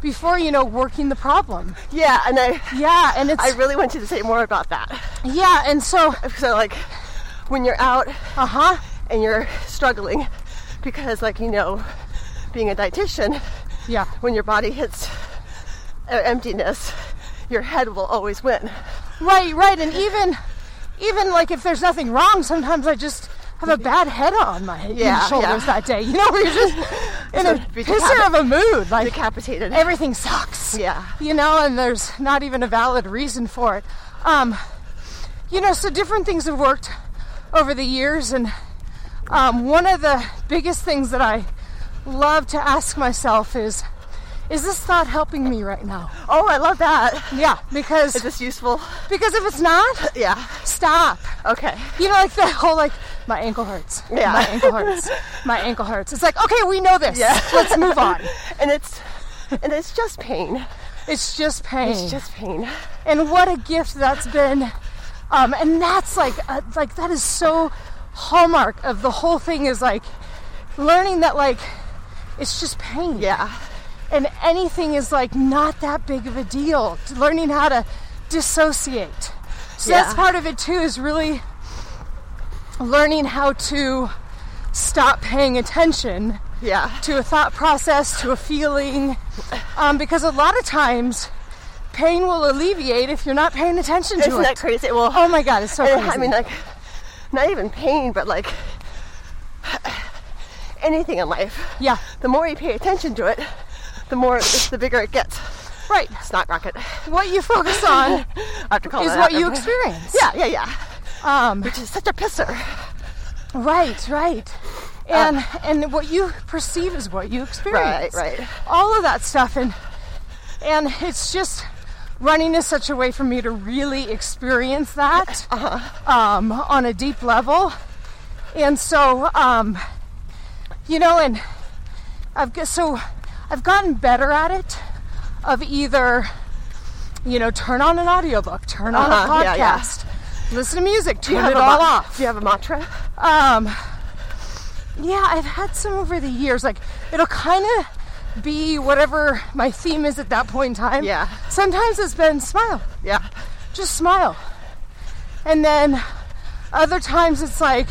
Speaker 4: before you know working the problem
Speaker 1: Yeah. And I,
Speaker 4: yeah and it's
Speaker 1: I really want you to say more about that.
Speaker 4: yeah and so
Speaker 1: So like, when you're out
Speaker 4: uh-huh
Speaker 1: and you're struggling, because like you know, being a dietitian,
Speaker 4: yeah
Speaker 1: when your body hits uh, emptiness, your head will always win.
Speaker 4: Right, right, and even even like if there's nothing wrong, sometimes I just have a bad head on my
Speaker 1: Yeah,
Speaker 4: shoulders
Speaker 1: yeah.
Speaker 4: that day. You know, where you're just in a
Speaker 1: It's a
Speaker 4: pisser of a mood, like
Speaker 1: Decapitated.
Speaker 4: everything sucks.
Speaker 1: Yeah.
Speaker 4: you know, and there's not even a valid reason for it. Um, you know, so different things have worked over the years, and um, one of the biggest things that I love to ask myself is, is this thought helping me right now?
Speaker 1: Oh, I love that.
Speaker 4: Yeah, because
Speaker 1: Is this useful?
Speaker 4: because if it's not,
Speaker 1: Yeah.
Speaker 4: stop.
Speaker 1: Okay.
Speaker 4: You know, like that whole like my ankle hurts.
Speaker 1: Yeah.
Speaker 4: My ankle hurts. My ankle hurts. It's like, okay, we know this.
Speaker 1: Yeah.
Speaker 4: Let's move on.
Speaker 1: And it's and it's just pain.
Speaker 4: It's just pain.
Speaker 1: It's just pain.
Speaker 4: and what a gift that's been. Um, and that's like, uh, like that is so hallmark of the whole thing is like learning that like it's just pain.
Speaker 1: Yeah.
Speaker 4: And anything is like not that big of a deal. Learning how to dissociate. So that's
Speaker 1: Yeah.
Speaker 4: part of it too is really learning how to stop paying attention
Speaker 1: Yeah.
Speaker 4: to a thought process, to a feeling, um, because a lot of times pain will alleviate if you're not paying attention to
Speaker 1: Isn't
Speaker 4: it.
Speaker 1: that crazy? Well,
Speaker 4: oh my god, it's so crazy.
Speaker 1: I mean, like, not even pain, but like anything in life.
Speaker 4: yeah,
Speaker 1: The more you pay attention to it, the more the bigger it gets.
Speaker 4: right.
Speaker 1: It's not rocket.
Speaker 4: What you focus on
Speaker 1: I have to call
Speaker 4: is
Speaker 1: that
Speaker 4: what
Speaker 1: out.
Speaker 4: you experience.
Speaker 1: Yeah, yeah, yeah.
Speaker 4: Um,
Speaker 1: Which is such a pisser.
Speaker 4: right, right.
Speaker 1: Uh,
Speaker 4: And and what you perceive is what you
Speaker 1: Right,
Speaker 4: experience.
Speaker 1: right.
Speaker 4: all of that stuff and and it's just running is such a way for me to really experience that
Speaker 1: Uh-huh.
Speaker 4: um, on a deep level and so um, you know and i've got so i've gotten better at it of either you know turn on an audiobook turn on a
Speaker 1: Uh-huh,
Speaker 4: podcast
Speaker 1: yeah, yeah.
Speaker 4: listen to music turn it
Speaker 1: a
Speaker 4: all
Speaker 1: ma-
Speaker 4: off
Speaker 1: Do you have a mantra?
Speaker 4: um, yeah, I've had some over the years. Like it'll kind of be whatever my theme is at that point in time.
Speaker 1: Yeah.
Speaker 4: Sometimes it's been smile,
Speaker 1: Yeah.
Speaker 4: just smile, and then other times it's like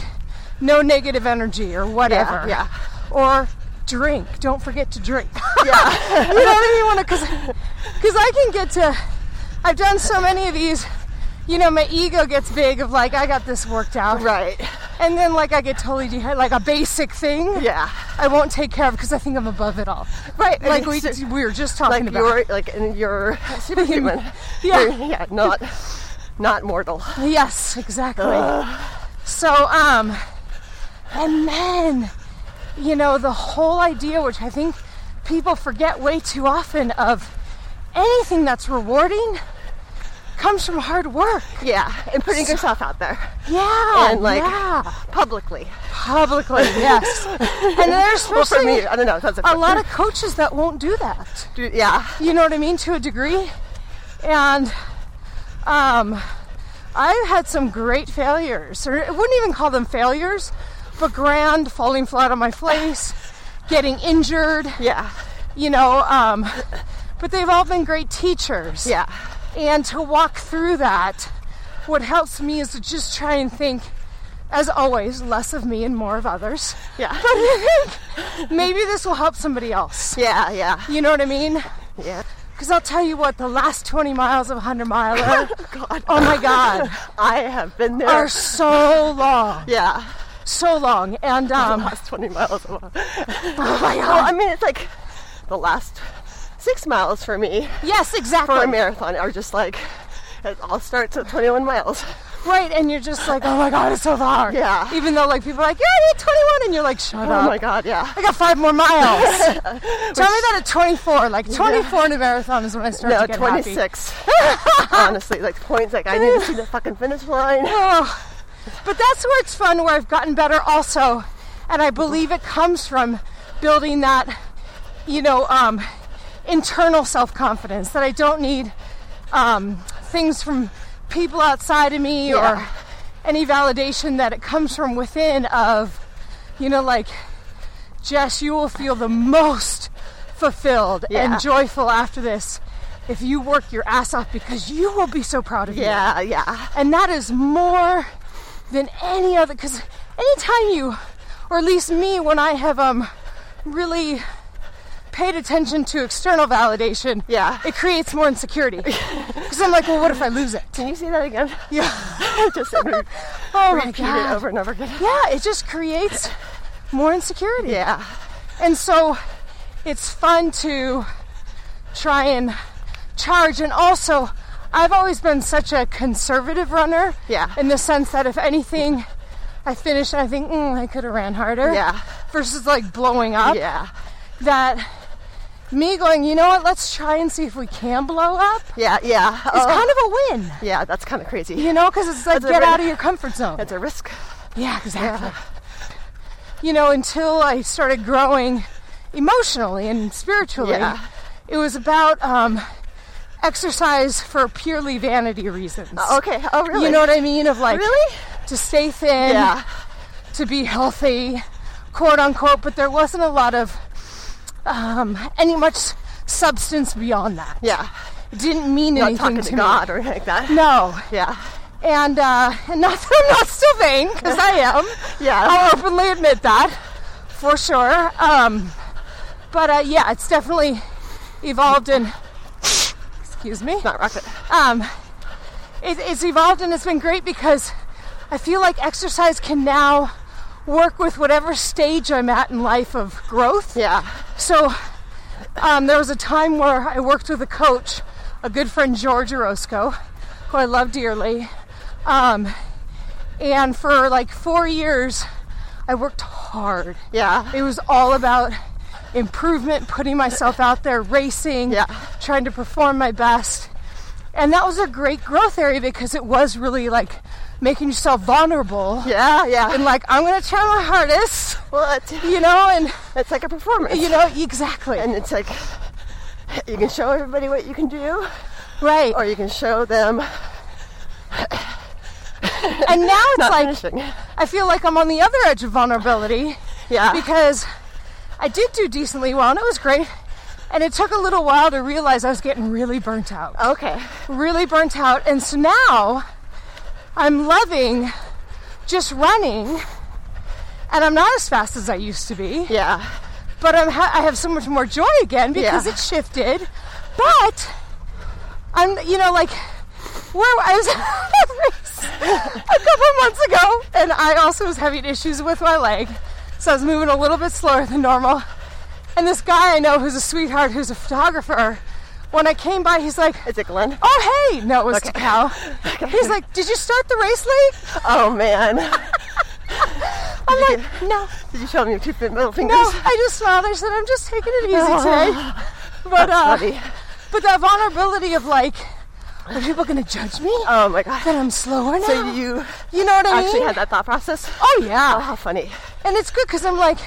Speaker 4: no negative energy or whatever.
Speaker 1: yeah.
Speaker 4: Or drink. Don't forget to drink. Yeah. you know what I mean? Because because I can get to. I've done so many of these. You know, my ego gets big of like I got this worked out.
Speaker 1: Right.
Speaker 4: And then like I get totally dehydrated, like a basic thing.
Speaker 1: Yeah.
Speaker 4: I won't take care of because I think I'm above it all.
Speaker 1: Right.
Speaker 4: Like we,
Speaker 1: it's just-
Speaker 4: we were just talking
Speaker 1: like
Speaker 4: about.
Speaker 1: you're like and you're a superhuman.
Speaker 4: Yeah.
Speaker 1: You're- yeah, not not mortal.
Speaker 4: Yes, exactly. So, um, and then, you know, the whole idea, which I think people forget way too often, of anything that's rewarding comes from hard work.
Speaker 1: Yeah. And putting yourself out there
Speaker 4: Yeah,
Speaker 1: And, like,
Speaker 4: yeah,
Speaker 1: publicly.
Speaker 4: publicly, yes. and there's
Speaker 1: Well, for
Speaker 4: especially
Speaker 1: me, I don't know. It sounds like
Speaker 4: a lot of coaches that won't do that.
Speaker 1: Dude, yeah.
Speaker 4: you know what I mean, to a degree. And um, I've had some great failures, or I wouldn't even call them failures, but grand, falling flat on my face, getting injured,
Speaker 1: Yeah.
Speaker 4: you know. Um, but they've all been great teachers.
Speaker 1: Yeah.
Speaker 4: And to walk through that what helps me is to just try and think, as always, less of me and more of others.
Speaker 1: Yeah.
Speaker 4: Maybe this will help somebody else.
Speaker 1: Yeah, yeah,
Speaker 4: You know what I mean?
Speaker 1: yeah.
Speaker 4: Because I'll tell you what, the last 20 miles of 100 miler,
Speaker 1: God,
Speaker 4: oh my God,
Speaker 1: I have been there.
Speaker 4: are so long.
Speaker 1: yeah,
Speaker 4: So long. And, um,
Speaker 1: last 20 miles. of a-
Speaker 4: oh my
Speaker 1: Well, I
Speaker 4: God.
Speaker 1: mean, it's like the last six miles for me
Speaker 4: Yes, exactly.
Speaker 1: for a marathon are just like it all starts at 21 miles.
Speaker 4: Right, and you're just like, oh my god, it's so far.
Speaker 1: Yeah.
Speaker 4: Even though like people are like, yeah, I did 21, and you're like, shut
Speaker 1: Oh
Speaker 4: up.
Speaker 1: my god, yeah.
Speaker 4: I got five more miles. Tell me that at 24. Like 24 in a marathon is when I start
Speaker 1: No,
Speaker 4: to get happy.
Speaker 1: 26. Honestly, like points like I need to see the fucking finish line.
Speaker 4: Oh, but that's where it's fun, where I've gotten better also. And I believe it comes from building that, you know, um, internal self confidence that I don't need um, things from people outside of me
Speaker 1: Yeah.
Speaker 4: or any validation that it comes from within of, you know, like, Jess, you will feel the most fulfilled
Speaker 1: Yeah.
Speaker 4: and joyful after this if you work your ass off because you will be so proud of you.
Speaker 1: Yeah, yeah.
Speaker 4: And that is more than any other, because anytime you, or at least me, when I have um, really paid attention to external validation,
Speaker 1: Yeah.
Speaker 4: it creates more insecurity. Because I'm like, well, what if I lose it?
Speaker 1: Can you see that again?
Speaker 4: Yeah.
Speaker 1: just re-
Speaker 4: Oh my
Speaker 1: repeat it
Speaker 4: god.
Speaker 1: over and over again.
Speaker 4: Yeah, it just creates more insecurity.
Speaker 1: Yeah,
Speaker 4: And so it's fun to try and charge. And also, I've always been such a conservative runner.
Speaker 1: Yeah.
Speaker 4: In the sense that if anything, I finish and I think, mm, I could have ran harder.
Speaker 1: yeah,
Speaker 4: Versus like blowing up.
Speaker 1: yeah,
Speaker 4: That me going, you know what, let's try and see if we can blow up.
Speaker 1: yeah, yeah.
Speaker 4: It's
Speaker 1: Oh,
Speaker 4: kind of a win,
Speaker 1: yeah, that's kind of crazy.
Speaker 4: you know, because it's like
Speaker 1: That's a
Speaker 4: get
Speaker 1: win.
Speaker 4: out of your comfort zone.
Speaker 1: It's a risk.
Speaker 4: Yeah, exactly. You know, until I started growing emotionally and spiritually,
Speaker 1: Yeah.
Speaker 4: it was about um, exercise for purely vanity reasons.
Speaker 1: Okay. Oh, really?
Speaker 4: You know what I mean? Of like,
Speaker 1: Really?
Speaker 4: to stay thin,
Speaker 1: Yeah.
Speaker 4: to be healthy, quote unquote, but there wasn't a lot of um, any much substance beyond that.
Speaker 1: Yeah.
Speaker 4: It didn't mean
Speaker 1: Not
Speaker 4: anything
Speaker 1: talking to,
Speaker 4: me.
Speaker 1: God or anything like that.
Speaker 4: No.
Speaker 1: Yeah.
Speaker 4: And, uh, and not that I'm not still vain, because I am.
Speaker 1: Yeah.
Speaker 4: I'll openly admit that for sure. Um, but uh, yeah, it's definitely evolved and excuse me.
Speaker 1: Not rocket.
Speaker 4: Um, it, it's evolved and it's been great because I feel like exercise can now work with whatever stage I'm at in life of growth.
Speaker 1: Yeah.
Speaker 4: So um, there was a time where I worked with a coach, a good friend George Orozco, who I love dearly. Um, and for like four years, I worked hard.
Speaker 1: Yeah.
Speaker 4: It was all about improvement, putting myself out there, racing,
Speaker 1: Yeah.
Speaker 4: trying to perform my best. And that was a great growth area because it was really like making yourself vulnerable
Speaker 1: Yeah. Yeah.
Speaker 4: and like, I'm going to try my hardest,
Speaker 1: well, it's,
Speaker 4: you know, and
Speaker 1: it's like a performance.
Speaker 4: you know, exactly.
Speaker 1: and it's like you can show everybody what you can do,
Speaker 4: right.
Speaker 1: or you can show them
Speaker 4: and now it's
Speaker 1: not
Speaker 4: like
Speaker 1: finishing.
Speaker 4: I feel like I'm on the other edge of vulnerability
Speaker 1: Yeah.
Speaker 4: because I did do decently well and it was great. And it took a little while to realize I was getting really burnt out.
Speaker 1: okay.
Speaker 4: Really burnt out. And so now I'm loving just running. And I'm not as fast as I used to be,
Speaker 1: Yeah.
Speaker 4: but I'm ha- I have so much more joy again because
Speaker 1: Yeah.
Speaker 4: it shifted. But I'm, you know, like where I was at a race a couple months ago, and I also was having issues with my leg, so I was moving a little bit slower than normal. And this guy I know who's a sweetheart, who's a photographer, when I came by, he's like,
Speaker 1: Is it Glenn?
Speaker 4: "Oh hey," no, it was okay. He's like, "Did you start the race late?"
Speaker 1: Oh man.
Speaker 4: I'm like, "No,
Speaker 1: Did you show me your two fin- middle fingers?
Speaker 4: no." I just smiled. I said, "I'm just taking it easy today." But uh,
Speaker 1: Buddy.
Speaker 4: But that vulnerability of like, are people going to judge me?
Speaker 1: Oh my god.
Speaker 4: that I'm slower now.
Speaker 1: So you
Speaker 4: you know what I
Speaker 1: actually
Speaker 4: mean?
Speaker 1: had that thought process?
Speaker 4: oh
Speaker 1: Oh,
Speaker 4: yeah.
Speaker 1: how funny.
Speaker 4: And it's good because I'm like,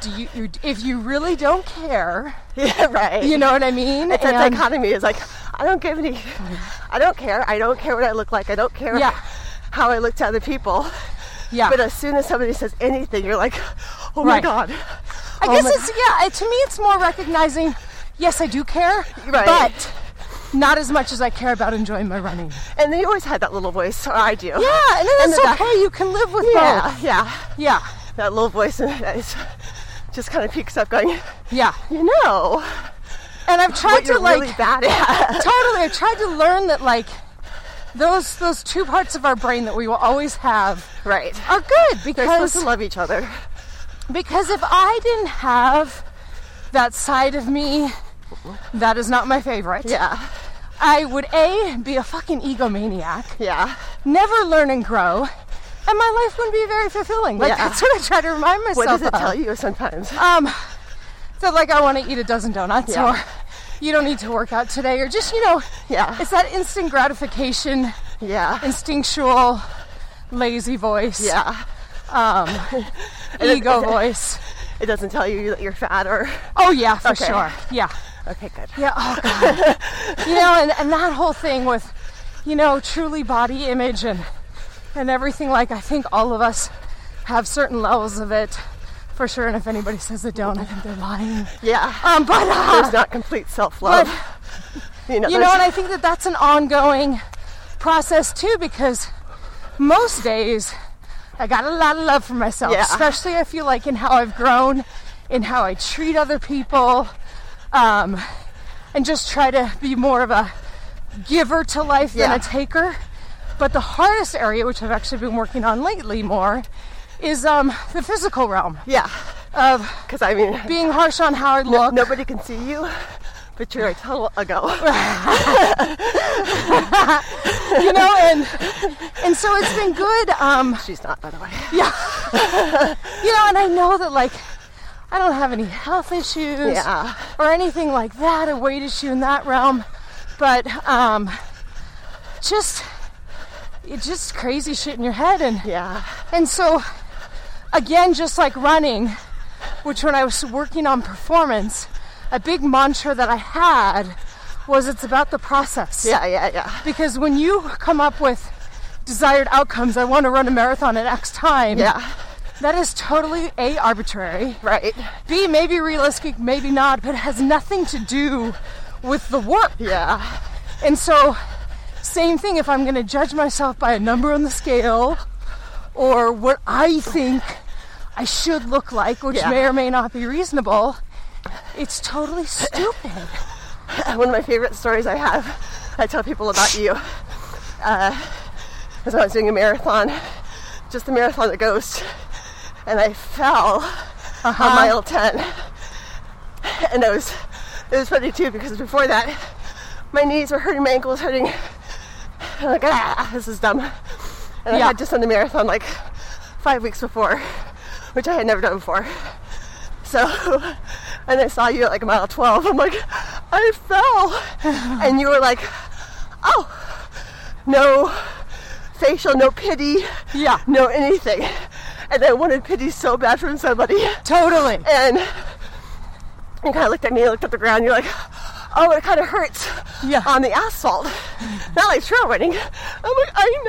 Speaker 4: do you, you? If you really don't care,
Speaker 1: Yeah, right.
Speaker 4: you know what I mean?
Speaker 1: it's that
Speaker 4: And-
Speaker 1: dichotomy is like, I don't give any, I don't care. I don't care what I look like. I don't care
Speaker 4: Yeah.
Speaker 1: how I look to other people.
Speaker 4: yeah.
Speaker 1: But as soon as somebody says anything, you're like, oh my
Speaker 4: Right.
Speaker 1: God.
Speaker 4: I
Speaker 1: oh
Speaker 4: guess
Speaker 1: my
Speaker 4: it's yeah. it- To me, it's more recognizing. Yes, I do care,
Speaker 1: Right.
Speaker 4: but not as much as I care about enjoying my running.
Speaker 1: And they always had that little voice, or I do.
Speaker 4: Yeah, and then
Speaker 1: Uh-huh. And
Speaker 4: it's
Speaker 1: the
Speaker 4: okay. You can live with
Speaker 1: Yeah,
Speaker 4: both.
Speaker 1: yeah.
Speaker 4: Yeah,
Speaker 1: That little voice and that is just kind of peeks up, going,
Speaker 4: yeah.
Speaker 1: you know,
Speaker 4: And I've tried
Speaker 1: what
Speaker 4: to
Speaker 1: you're
Speaker 4: like
Speaker 1: really bad at.
Speaker 4: totally. I've tried to learn that like those those two parts of our brain that we will always have
Speaker 1: right.
Speaker 4: are good
Speaker 1: They're supposed to
Speaker 4: because
Speaker 1: love each other.
Speaker 4: because if I didn't have that side of me that is not my favorite,
Speaker 1: Yeah,
Speaker 4: I would a be a fucking egomaniac.
Speaker 1: yeah.
Speaker 4: never learn and grow, and my life wouldn't be very fulfilling. Like
Speaker 1: Yeah.
Speaker 4: that's what I try to remind myself.
Speaker 1: What does it
Speaker 4: of.
Speaker 1: tell you sometimes?
Speaker 4: Um, so like I want to eat a dozen donuts,
Speaker 1: Yeah.
Speaker 4: or you don't need to work out today, or just you know,
Speaker 1: Yeah,
Speaker 4: it's that instant gratification,
Speaker 1: yeah,
Speaker 4: instinctual, lazy voice,
Speaker 1: yeah.
Speaker 4: um, ego voice.
Speaker 1: It doesn't tell you that you're fat or.
Speaker 4: Oh yeah, for
Speaker 1: Okay.
Speaker 4: sure. Yeah,
Speaker 1: Okay, good.
Speaker 4: yeah. Oh god, you know, and, and that whole thing with, you know, truly body image and and everything. Like I think all of us have certain levels of it. For sure, and if anybody says they don't, I think they're lying.
Speaker 1: Yeah.
Speaker 4: Um, but uh,
Speaker 1: There's not complete self love. You know,
Speaker 4: you know,
Speaker 1: there's-
Speaker 4: and I think that that's an ongoing process too, because most days I got a lot of love for myself,
Speaker 1: Yeah.
Speaker 4: especially I feel like in how I've grown, in how I treat other people, um, and just try to be more of a giver to life
Speaker 1: Yeah.
Speaker 4: than a taker. But the hardest area, which I've actually been working on lately more, is um, the physical realm
Speaker 1: yeah,
Speaker 4: of
Speaker 1: because I mean,
Speaker 4: being harsh on how I
Speaker 1: no-
Speaker 4: look.
Speaker 1: nobody can see you, but you're a total ago.
Speaker 4: you know, and and so it's been good. Um,
Speaker 1: She's not, by the way.
Speaker 4: Yeah. you know, and I know that like I don't have any health issues
Speaker 1: Yeah,
Speaker 4: or anything like that, a weight issue in that realm. But um just it's just crazy shit in your head and
Speaker 1: yeah,
Speaker 4: and so again just like running, which when I was working on performance, a big mantra that I had was it's about the process
Speaker 1: yeah, yeah, yeah.
Speaker 4: because when you come up with desired outcomes, I want to run a marathon in X time.
Speaker 1: Yeah,
Speaker 4: That is totally A, arbitrary,
Speaker 1: right.
Speaker 4: B, maybe realistic, maybe not, but it has nothing to do with the work.
Speaker 1: Yeah,
Speaker 4: And so, same thing, if I'm going to judge myself by a number on the scale or what I think I should look like, which
Speaker 1: Yeah.
Speaker 4: may or may not be reasonable, it's totally stupid.
Speaker 1: one of my favorite stories I have, I tell people about you. Uh, was I was doing a marathon, just the marathon that goes, and I fell on mile 10. And it was, it was funny too because before that, my knees were hurting, my ankle was hurting. I'm like, ah, this is dumb. And I
Speaker 4: Yeah.
Speaker 1: had just done the marathon like five weeks before, which I had never done before. So, and I saw you at like mile 12. I'm like, I fell. and you were like, oh, no facial, no pity,
Speaker 4: Yeah,
Speaker 1: no anything. And I wanted pity so bad from somebody.
Speaker 4: totally.
Speaker 1: And you kind of looked at me, looked at the ground, you're like, oh, it kind of hurts
Speaker 4: Yeah.
Speaker 1: on the asphalt. Not like trail running. I'm like, I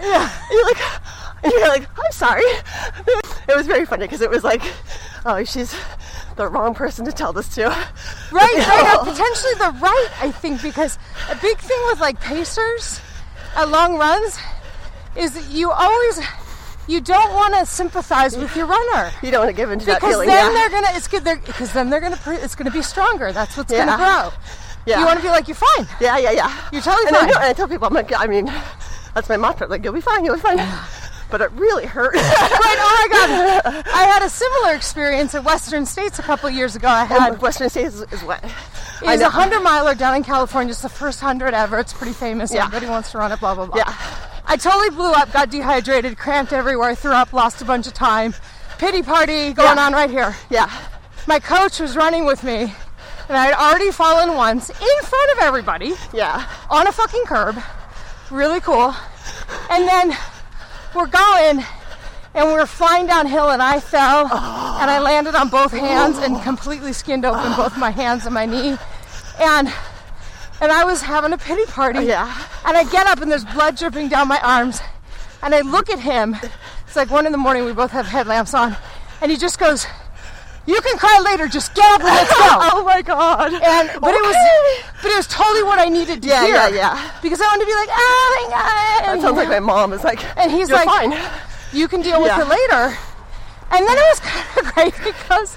Speaker 1: know.
Speaker 4: Yeah.
Speaker 1: And you're like, and you're like, I'm sorry. It was very funny because it was like, oh, she's the wrong person to tell this to.
Speaker 4: Right,
Speaker 1: You
Speaker 4: right.
Speaker 1: know?
Speaker 4: uh, Potentially the right, I think, because a big thing with like pacers at long runs is that you always you don't want to sympathize with your runner
Speaker 1: You don't want to give in to that
Speaker 4: because
Speaker 1: feeling.
Speaker 4: then
Speaker 1: yeah.
Speaker 4: they're gonna it's good they're because then they're gonna pre- it's gonna be stronger. That's what's
Speaker 1: Yeah.
Speaker 4: gonna grow.
Speaker 1: yeah.
Speaker 4: You want to be like you're fine.
Speaker 1: yeah, yeah, yeah.
Speaker 4: You're totally
Speaker 1: And I,
Speaker 4: fine.
Speaker 1: know, and I tell people, I'm like, I mean, that's my mantra. Like, you'll be fine, you'll be fine. But it really hurt.
Speaker 4: Right? Oh my god! I had a similar experience at Western States a couple years ago. I had
Speaker 1: And Western States is, is what?
Speaker 4: It was a hundred miler down in California. It's the first hundred ever. It's pretty famous.
Speaker 1: Yeah.
Speaker 4: Everybody wants to run it. Blah blah blah.
Speaker 1: Yeah.
Speaker 4: I totally blew up. Got dehydrated, cramped everywhere, threw up, lost a bunch of time. Pity party going
Speaker 1: Yeah.
Speaker 4: on right here.
Speaker 1: Yeah.
Speaker 4: My coach was running with me, and I had already fallen once in front of everybody
Speaker 1: Yeah.
Speaker 4: on a fucking curb. Really cool. And then we're going and we're flying downhill and I fell and I landed on both hands and completely skinned open both my hands and my knee. And and I was having a pity party.
Speaker 1: Yeah.
Speaker 4: And I get up and there's blood dripping down my arms. And I look at him. It's like one in the morning, we both have headlamps on. And he just goes, You can cry later. Just get up and let's go.
Speaker 1: Oh my god.
Speaker 4: And but it was but it was totally what I needed to
Speaker 1: Yeah,
Speaker 4: hear.
Speaker 1: yeah, yeah.
Speaker 4: Because I wanted to be like, oh my
Speaker 1: That
Speaker 4: god. And,
Speaker 1: sounds like my mom is like,
Speaker 4: and he's
Speaker 1: you're
Speaker 4: like,
Speaker 1: fine.
Speaker 4: you can deal
Speaker 1: Yeah.
Speaker 4: with it later. And then it was kind of great because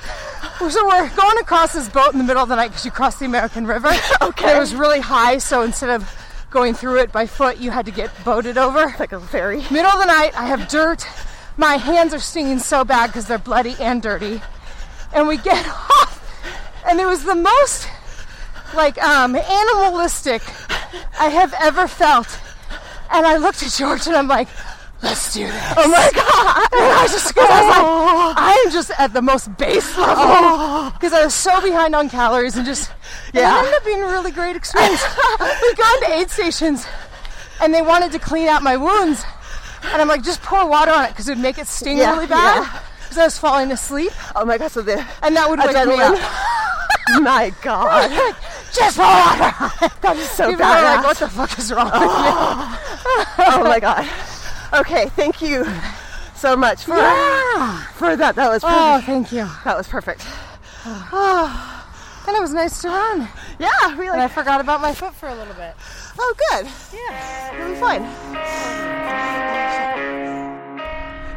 Speaker 4: so we're going across this boat in the middle of the night because you crossed the American River. okay. It was really high, so instead of going through it by foot, you had to get boated over.
Speaker 1: Like a fairy.
Speaker 4: Middle of the night, I have dirt. My hands are stinging so bad because they're bloody and dirty. And we get off, and it was the most like um, animalistic I have ever felt. And I looked at George and I'm like, let's do this. Oh my god! Oh. And I was just, 'cause I was like, I am just at the most base level because I was so behind on calories and just. Oh. Yeah.
Speaker 1: Yeah.
Speaker 4: it ended up being a really great experience. we got to aid stations, and they wanted to clean out my wounds, and I'm like, just pour water on it because it would make it sting
Speaker 1: Yeah,
Speaker 4: really bad.
Speaker 1: yeah.
Speaker 4: Because I was falling asleep,
Speaker 1: Oh my god, so the
Speaker 4: and that would wake me
Speaker 1: adrenaline.
Speaker 4: up.
Speaker 1: my god.
Speaker 4: Just pour water.
Speaker 1: Oh,
Speaker 4: on it.
Speaker 1: That is so
Speaker 4: People are like,
Speaker 1: bad.
Speaker 4: what the fuck is wrong with you?
Speaker 1: oh my god. Okay, thank you so much for for that. That was perfect.
Speaker 4: Oh, thank you.
Speaker 1: That was perfect.
Speaker 4: And it was nice to run.
Speaker 1: Yeah, we
Speaker 4: And I
Speaker 1: like
Speaker 4: forgot about my foot for a little bit.
Speaker 1: oh good. Yeah. Really fun.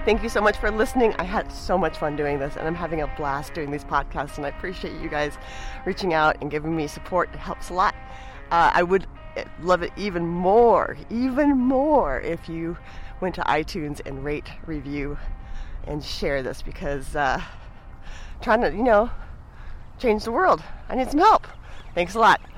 Speaker 1: Thank you so much for listening. I had so much fun doing this and I'm having a blast doing these podcasts and I appreciate you guys reaching out and giving me support. It helps a lot. Uh, I would eh, love it even more, even more if you went to iTunes and rate, review, and share this because uh, trying to, you know, change the world. I need some help. Thanks a lot.